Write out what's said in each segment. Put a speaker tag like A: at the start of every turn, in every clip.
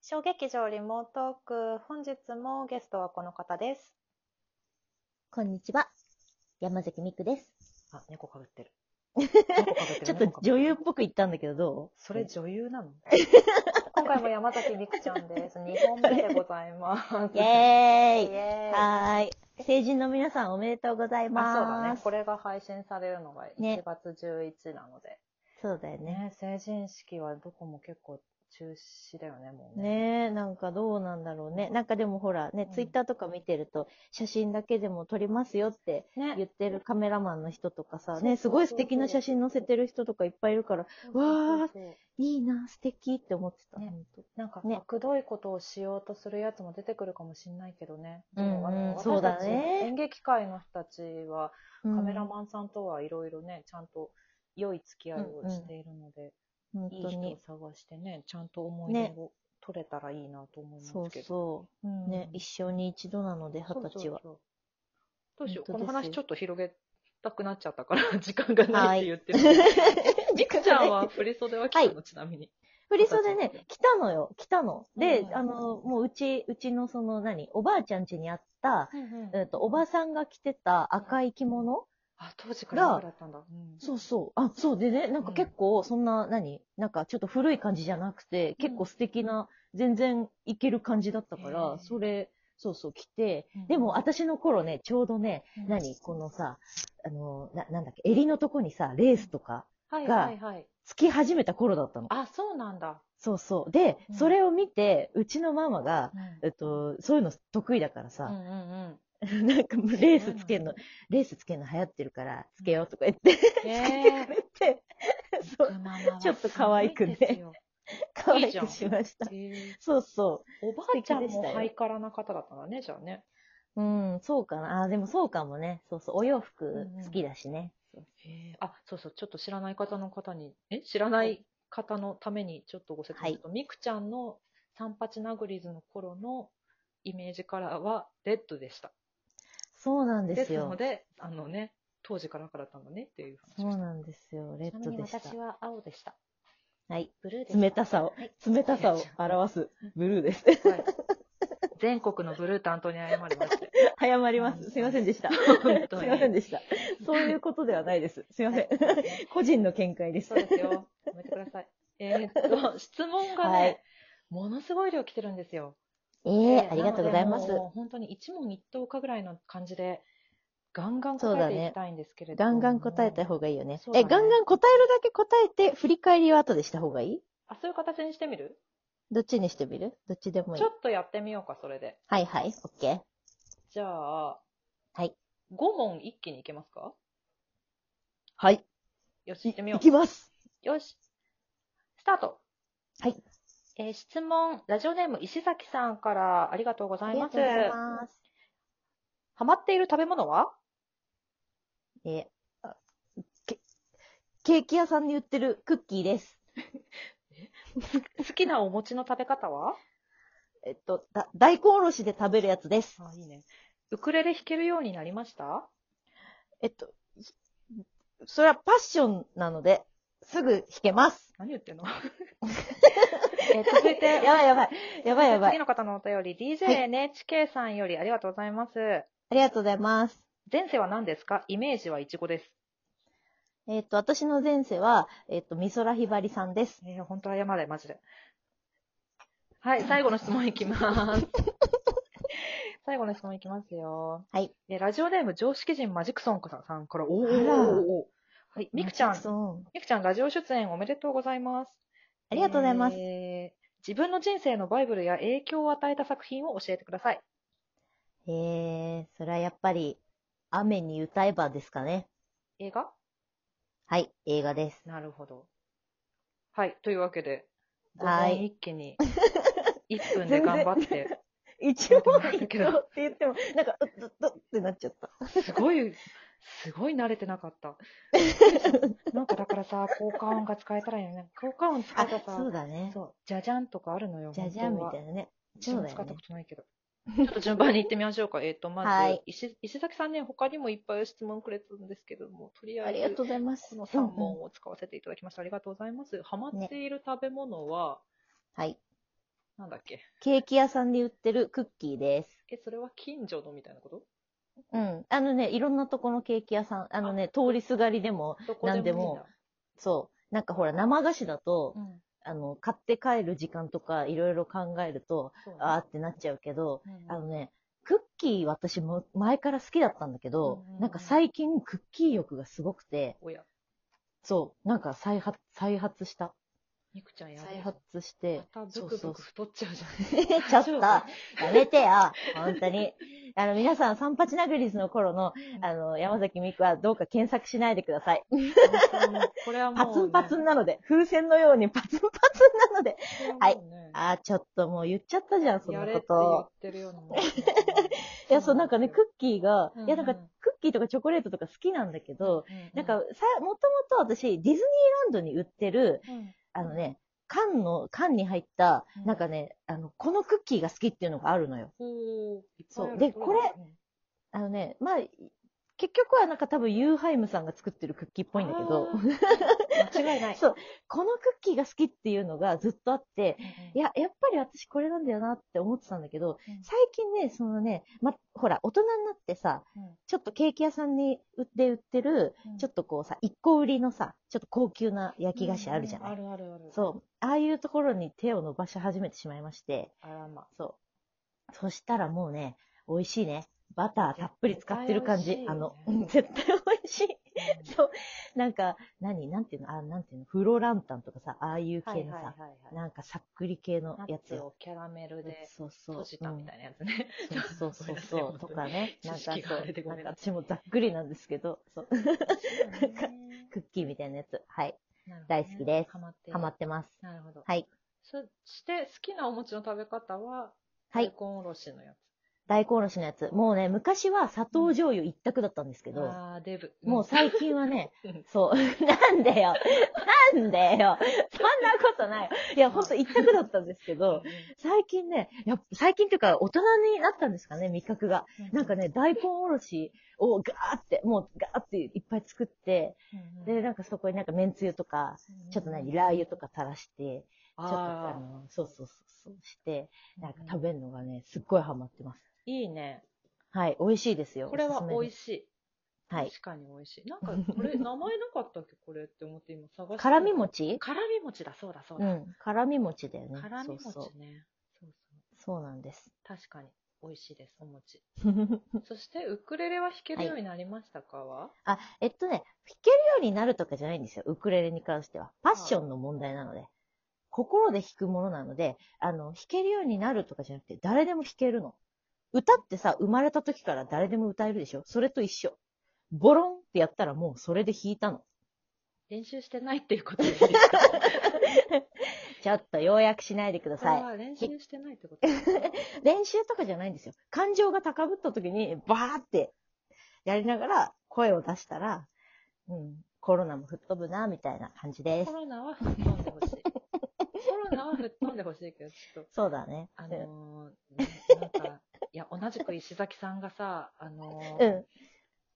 A: 小劇場リモートーク、本日もゲストはこの方です。
B: こんにちは。山崎みくです。
A: あ、猫かぶってる。 猫かぶってる
B: ちょっと女優っ。ぽく言ったんだけど、どう
A: それ女優なの 今回も山崎美久ちゃんです。2本目でございます。
B: イ ェ
A: イ
B: ーイ
A: エーイ
B: はーい。成人の皆さんおめでとうござい
A: あ、
B: ます。
A: そうだね。これが配信されるのが
B: ね
A: 1月11なので。
B: そうだよね。
A: ね成人式はどこも結構中止だよね、もうね。
B: ねえ、なんかどうなんだろうね。なんかでもほらね、
A: うん
B: ツイッターとか見てると、写真だけでも撮りますよって
A: ね
B: 言ってるカメラマンの人とか
A: そう
B: さ、
A: そうそう
B: ね、すごい素敵な写真載せてる人とかいっぱいいるから、わ
A: ー。
B: いいな、素敵って思ってた。
A: ね
B: ほんと
A: なんか、
B: ね
A: くどいことをしようとするやつも出てくるかもしれないけどね。
B: うんうん
A: でもあの
B: そう
A: 私た
B: だね
A: ち演劇界の人たちは、
B: うん
A: カメラマンさんとはいろいろね、ちゃんと良い付き合いをしているので、
B: 本
A: いい
B: 当
A: 人を
B: に。
A: 探してね、ちゃんと思い出を取れたらいいなと思いますけど。
B: そうそうう。
A: ん
B: ね、一生に一度なので、二十歳は。
A: そうそうそうどうしよう、こ
B: 本当
A: の
B: です
A: 話
B: よ
A: ちょっと広げたくなっちゃったから、 時間がないって言ってる。
B: り
A: りくちゃんは振り袖は来たの、ちなみに。
B: 振り袖ね、来たのよ、来たの。で、
A: うん
B: あの、もううち、うちのその何、おばあちゃん家にあった、えっ、と、おばさんが着てた赤い着物
A: あ、当時から
B: が
A: いくらだったんだ。うん
B: そうそう。あ、そうでね、なん
A: う
B: か
A: ん
B: 結構、そんな、何なんかちょっと古い感じじゃなくて、結構素敵な、全然いける感じだったか
A: へー
B: ら、それ、そうそう、着て
A: うん、
B: でも私の頃ね、ちょうどね、
A: うん
B: 何このさ、あの、な、なんだっけ、襟のとこにさ、レースとか、
A: はいはいはい。
B: つき始めた頃だったの。
A: あ、そうなんだ。
B: そうそう。で
A: う、ん
B: それを見て、うちのママが、えっと、そういうの得意だから
A: うんう
B: さ、
A: んうん。
B: なんかもうレースつけるの、レースつけるの流行ってるから、つけようとか言って、
A: え
B: くれて、 そ
A: ー
B: う、ちょっと可愛くね。可
A: いい
B: 愛
A: じゃん
B: くしました
A: え。ー
B: そうそ
A: おばあちゃん
B: 素敵でし
A: も
B: たよ
A: ハイカラな方だったんだね、じゃあね。
B: う。うん、そうかな。あー、でもそうかもね。そうそう。お洋服
A: うんうん
B: 好きだしね。
A: へーあ、そうそう、ちょっと知らない方の方に、え知らない方のためにちょっとご説明すると、みくちゃんのサンパチナグリズの頃のイメージカラーはレッドでした。
B: そうなん
A: で
B: ですす
A: の
B: よ。
A: で、あのね、当時からからだったんだねっていう
B: そ
A: 話を
B: う
A: した。
B: なんですよ。レッドでし
A: ちなみ
B: た
A: に私。は青でした。
B: はい。
A: ブルーでした。
B: 冷たさを、冷たさを表すブル ーです。
A: はい全国のブルー担当に謝りまして。
B: 早まります。すいませんでした。 す
A: 本当に
B: いませんでした。そういうことではないです。すいません。個人の見解です
A: そう。ですよ。やめてください。えー っと、質問がね、
B: はい
A: ものすごい量来てるんですよ。
B: え
A: え
B: えありがとうございます。
A: もう本当に一問一答かぐらいの感じで、ガンガン答
B: そうだ
A: えてい
B: ね
A: きたいんですけれど
B: ガ
A: も。
B: ンガン答えた方がいいよね。
A: そうだね
B: え、ガンガン答えるだけ答えて、振り返りは後でした方がいい
A: あ、そういう形にしてみる
B: どっちにしてみるどっちでもいい
A: ちょ。っとやってみようか、それで。
B: はいはい、オッケー。
A: じゃあ、
B: はい。
A: 5問一気にいけますか
B: はい。
A: よし、
B: い
A: 行ってみよう
B: い。きます。
A: よし。スタート。
B: はい。
A: えー質問、ラジオネーム石崎さんからありがとうございます。
B: ます。
A: ハマっている食べ物は
B: えーあケケーキ屋さんに売ってるクッキーです。
A: 好きなお餅の食べ方は
B: えっと、だ大根おろしで食べるやつです。
A: あ、いいね。ウクレレ弾けるようになりました
B: えっと、ひそれはパッションなので、すぐ弾けます。
A: 何言ってんのえー続いて、
B: やばいやばい。やばいやば
A: 次
B: い。
A: の方のお便り、
B: はい
A: DJNHK さんよりありがとうございます。
B: ありがとうございます。
A: 前世は何ですかイメージはイチゴです。
B: えっと、私の前世は、えっと、美空ひばりさんです。
A: えー、本当謝れ、マジで。はい、最後の質問いき ます。最後の質問いきますよ。
B: はい。
A: えーラジオネーム、常識人マジクソンさんから、おーお
B: あら
A: ーおーはい、みくちゃん、
B: そう。
A: みくちゃん、ラジオ出演おめでとうございます。
B: ありがとうございます。
A: えー自分の人生のバイブルや影響を与えた作品を教えてください。
B: えー、それはやっぱり、雨に歌えばですかね。
A: 映画
B: はい、映画です。
A: なるほど。はい、というわけで、5
B: は
A: 問
B: い
A: 一気に、1分で頑張って、
B: 一応
A: なんだ
B: 一
A: け
B: 応
A: ど
B: って言っても、 なんか、うっうっうっってなっちゃった。
A: すごい、すごい慣れてなかった。 なんかだからさ、効果音が使えたらいいよね。効果音使え
B: あ
A: たら、さ、
B: そうだね。
A: そう、じゃじゃんとかあるのよ。
B: じゃじゃんみた
A: ない
B: なね。。
A: 私
B: そう
A: も
B: だ
A: 使っ
B: よ
A: た
B: ね
A: こ。とないけど。ちょっと順番に行ってみましょう か。えっと、まず、
B: はい
A: 石、石崎さんね、他にもいっぱい質問くれたんですけども、とりあ
B: あ
A: えず、
B: りがとうございます。
A: この3
B: うんうん
A: 問を使わせていただきました。ありがとうございます。ハマっている食べ物は、
B: はい。
A: なんだっけ
B: ケーキ屋さんで売ってるクッキーです。
A: え、それは近所のみたいなこと
B: うん。あのね、いろんなとこのケーキ屋さん、あのね、通りすがりでも、
A: どこでもいいんだ
B: なんでも。そう、なんかほら、生菓子だと、
A: うん。
B: あの、買って帰る時間とか、いろいろ考えると、
A: そうね
B: あーってなっちゃうけど、
A: うんうん
B: あのね、クッキー私も前から好きだったんだけど、
A: うんうんうん
B: なんか最近クッキー欲がすごくて、
A: おや、
B: そう、なんか再発、再発した。
A: みくちゃんやべ
B: 再
A: え
B: 発し
A: ま
B: て、
A: たブ
B: そう
A: ク
B: そ
A: ブ
B: う
A: ク。太っちゃうじゃん。
B: ちょっと、やめてよ、本当に。あの、皆さん、サンパチナグリスの頃の、あの、山崎美久はどうか検索しないでください。
A: 本当にこれはもうね、
B: パツンパツンなので、風船のようにパツンパツンなので。はい
A: これもうね。
B: あー、ちょっともう言っちゃったじゃん、そ
A: や
B: の
A: れっ
B: こ
A: て言
B: と
A: っ。てるようなもん。
B: いや、そう、なんかね、クッキーが、
A: うんうん
B: いや、なんか、クッキーとかチョコレートとか好きなんだけど、
A: うんうん
B: なんか、さ、もともと私、ディズニーランドに売ってる、
A: うん
B: あのね、缶の、缶に入った
A: うん、
B: なんかね、あの、このクッキーが好きっていうのがあるのよ。
A: ほういっぱいある
B: そうでこれ
A: うん
B: あのね、まあ、結局はなんか多分、ユーハイムさんが作ってるクッキーっぽいんだけど
A: あ、ー間違いない。
B: そう、このクッキーが好きっていうのがずっとあって、いや、やっぱり私これなんだよなって思ってたんだけど、
A: うん
B: 最近ね、そのね、ま、ほら、大人になってさ、
A: うん、
B: ちょっとケーキ屋さんに売って売ってる、ちょっとこうさ、一個売りのさ、ちょっと高級な焼き菓子あるじゃない、
A: うんうんあるあるある。う。
B: そう。ああいうところに手を伸ばし始めてしまいまして、
A: あらま。
B: そう。そしたらもうね、美味しいね。バターたっぷり使ってる感じ。
A: 絶対美味しいよね
B: あの、うん絶対美味しい。そう。なんか、何なんていうのあ、なんていうのフロランタンとかさ、ああいう
A: は
B: 系
A: い
B: の
A: はい
B: さ
A: は、いはい。
B: なんかさっくり系の
A: ナ
B: や
A: ッ
B: つ
A: ツ
B: よ。
A: をキャラメルで
B: そうそう。
A: 閉じたみた
B: い
A: いなやつね。
B: な。そ うそうそ
A: ご
B: う
A: めんなさ
B: そ。
A: いう
B: とかね。なん
A: 知
B: かそう、
A: 識があれでご
B: な
A: めん
B: んか
A: な
B: 私もざっくりなんですけど、そう。
A: そうだね
B: クッキーみたいなやつ。はい。
A: なるほどね
B: 大好きです
A: ハマってる
B: ハマってます。
A: なるほど。
B: はい。
A: そして、好きなお餅の食べ方は、
B: はい
A: 大根おろしのやつ。
B: 大根おろしのやつ。もうね、昔は砂糖醤油一択だったんですけど、
A: あー、デブ。
B: もう最近はね、
A: うん、
B: そう。 なんでよ。なんでよ。そんなことないよ。いや、ほんと一択だったんですけど、最近ね、やっぱ最近というか大人になったんですかね、味覚が。なんかね、大根おろしをガーって、もうガーっていっぱい作って、
A: うん、
B: で、なんかそこになんか麺つゆとか、ちょっと何、ラー油とか垂らして、ちょっとあ
A: あー
B: の、そうそうそうそうして、なんか
A: うん
B: 食べるのがね、すっごいハマってます。
A: いいね。
B: はい、美味しいですよ。
A: これは美味
B: しい。
A: しい。
B: はい。
A: 確かに美味しい。なんか、こ れ、名前なかったっけこれって思って今探して。
B: 辛み。餅
A: 辛み餅だ、そうだ、そう
B: う
A: だ。
B: ん。辛み餅だよね。
A: 辛み餅ね。
B: そ
A: そうう
B: そう
A: そう
B: そうなんです。
A: 確かに。美味しいです、お餅。
B: あ、
A: そして、ウクレレは弾けるようになりましたかは、
B: えっとね、弾けるようになるとかじゃないんですよ。ウクレレに関しては。パッションの問題なので。心で弾くものなので、あの、弾けるようになるとかじゃなくて、誰でも弾けるの。歌ってさ、生まれた時から誰でも歌えるでしょそれと一緒。ボロンってやったらもうそれで弾いたの。
A: 練習してないっていうことでいいですか
B: ちょっと要約しないでください。
A: あー練習してないって ことですね
B: 練習とかじゃないんですよ。感情が高ぶった時に、バーってやりながら声を出したら、うん、コロナも吹っ飛ぶな、みたいな感じです
A: コ。ロナは吹っ飛んでほしい。コロナは吹っ飛んでほしいけど、ちょっと、
B: そうだね。
A: あのーななんか、いや、同じく石崎さんがさ、あの
B: う
A: ー
B: ん。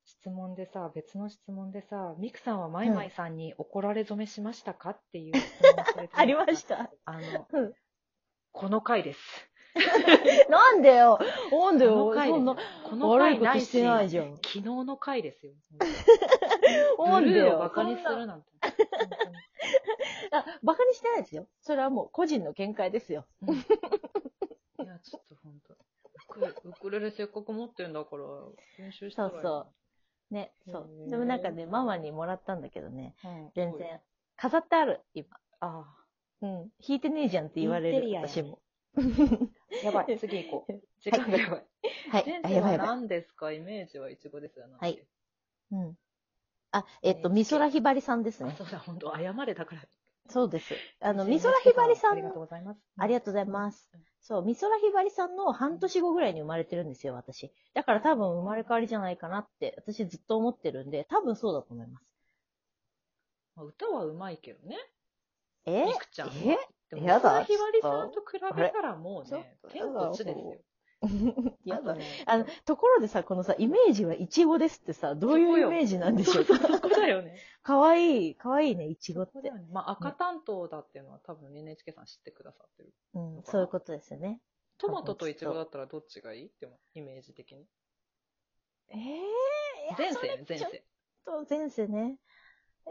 A: 質問でさ、別の質問でさ、ミクさんはマイマイさんに怒られ初めしましたかっていう質問をされて
B: ありま した。
A: あの、
B: うん
A: この回です。
B: なんでよなん
A: こ
B: でよ
A: の回
B: そん
A: で
B: な
A: す。この
B: 悪い
A: 回
B: こ
A: な
B: と
A: い
B: し
A: し、
B: てない
A: 昨
B: じゃん。
A: 日の回ですよ。
B: な
A: ブ
B: んで
A: ルーを
B: よ
A: バカにす
B: そん
A: る
B: な
A: なんて。本当に
B: あ、バカにしてないですよ。それはもう個人の見解ですよ。
A: いや、ちょっと本当。ウクウクレレせっかく持ってんだから、練習したらいい
B: そうそうね、そう
A: へ。ー
B: でもなんかね、ママにもらったんだけどね、
A: うん
B: 全然。飾ってある、今。
A: あ
B: うん。弾いてねえじゃんって言われ
A: インテ
B: る、
A: リアやん
B: 私も。
A: あ。やばい、 次行 こう。時間がやばい。
B: はい
A: 前。
B: あ、
A: 世
B: やば
A: は
B: いやばい。
A: 何ですかイメージはイチゴですよ。なんて
B: はいうん。あ、えっと、
A: NHK
B: 美空ひばりさんです
A: あ
B: ね。
A: そうだ、本当謝れだから。
B: そうです。あの、美
A: 美
B: 空ひばりさ
A: あ
B: ん
A: りがとう
B: の、
A: ございます。
B: ありがとうございます。そう、美空ひばりさんの半年後ぐらいに生まれてるんですよ、私。だから多分生まれ変わりじゃないかなって、私ずっと思ってるんで、多分そうだと思います。
A: まあ歌はうまいけどね。
B: え
A: みくちゃんは。
B: え
A: でも
B: やだ
A: 美空ひばりさんと比べたらもう
B: ちょっ
A: ね
B: と、
A: 天と地ですよ。
B: やだ
A: ね。
B: あの、ところでさ、このさ、イメージはイチゴですってさ、どうい
A: そうこよ
B: イメージなんでし
A: そ
B: ょ
A: う
B: う
A: そ
B: か
A: う、そこだよ ね。
B: かわいい、かわいいね、イチゴっ
A: そうだ
B: て
A: よ。ね。まあ、赤担当だっていうのは多分 NHK さん知ってくださってる。
B: うん、そういうことですよね。
A: トマトとイチゴだったらどっちがいいって思うイメージ的に。
B: ええ
A: 前世ね、前
B: ちょっ
A: 世。
B: と前世ね。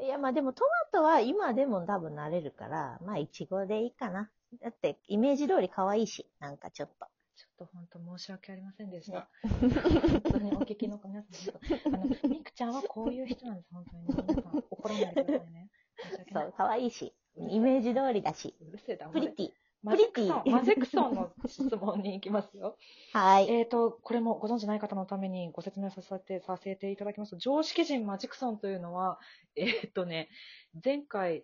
B: いや、まあでもトマトは今でも多分慣れるから、まあイチゴでいいかな。だって、イメージ通り可愛いし、なんかちょっと。
A: ちょっと本当申し訳ありませんでし
B: ね
A: た。本当にお聞きの皆さん、ちょっ とあの、みくちゃんはこういう人なんです、本当に。皆さん怒らないでくださいね。申し訳
B: そ、。
A: ないう
B: 可愛いし、イメージ通りだし、
A: うるせえだ、
B: プリティ。
A: マジックソ
B: プリティ
A: ン、マジックソンの質問に行きますよ。
B: はい。
A: えーと、これもご存知ない方のためにご説明させて、させていただきますと、常識人マジクソンというのは、えーとね、前回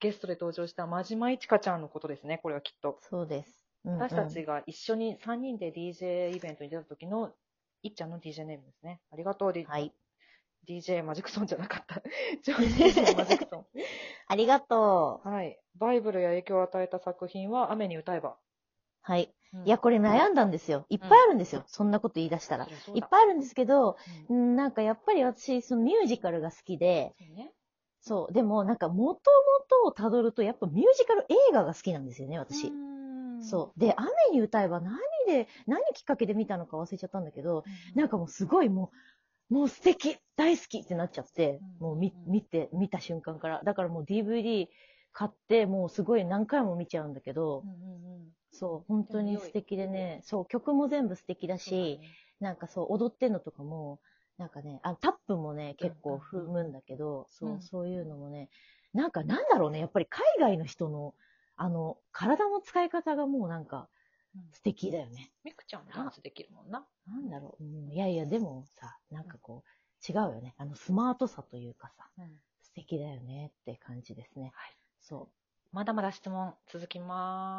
A: ゲストで登場した真島いちかちゃんのことですね、これはきっと。
B: そうです。うんうん
A: 私たちが一緒に3人で DJ イベントに出た時の、いっちゃんの DJ ネームですね。ありがとう、D
B: はい。
A: DJ マジクソンじゃなか った。常識人マジクソ
B: ありがと
A: ン。はい。バイブルや影響を与えた作品は、雨に歌えば。
B: う。はい。
A: うん
B: いや、これ悩んだんですよ。いっぱいあるんですよ。そんなこと言い出したら。
A: そりゃそう
B: いっ
A: だ
B: ぱいあるんですけど、
A: うん
B: うんなんかやっぱり私、そのミュージカルが好きで、
A: そうね。
B: そう、でもなんか元々をたどると、やっぱミュージカル映画が好きなんですよね、私。そう。で、雨に歌えば何で、何きっかけで見たのか忘れちゃったんだけど、
A: うん。
B: なんかもうすごいもう、もう素敵大好きってなっちゃって、
A: うん
B: もう見
A: うん
B: 見て、見た瞬間から。だからもう DVD 買って、もうすごい何回も見ちゃうんだけど、
A: うんうんうん
B: そう、本当に素敵でね、そう、曲も全部素敵だし、なんかそう、踊ってんのとかも、なんかね、あタップもね、結構踏むんだけど、そう、
A: うん
B: そういうのもね、なんかなんだろうね、やっぱり海外の人の、あの、体の使い方がもうなんか
A: うん
B: 素敵だよね。
A: みくちゃんダンスできるもんな。
B: なんだろう、うん、いやいや、でもさ、なんかこう、違うよね。あの、スマートさというかさ、素敵だよねって感じですね。
A: はい
B: そう。
A: まだまだ質問続きます。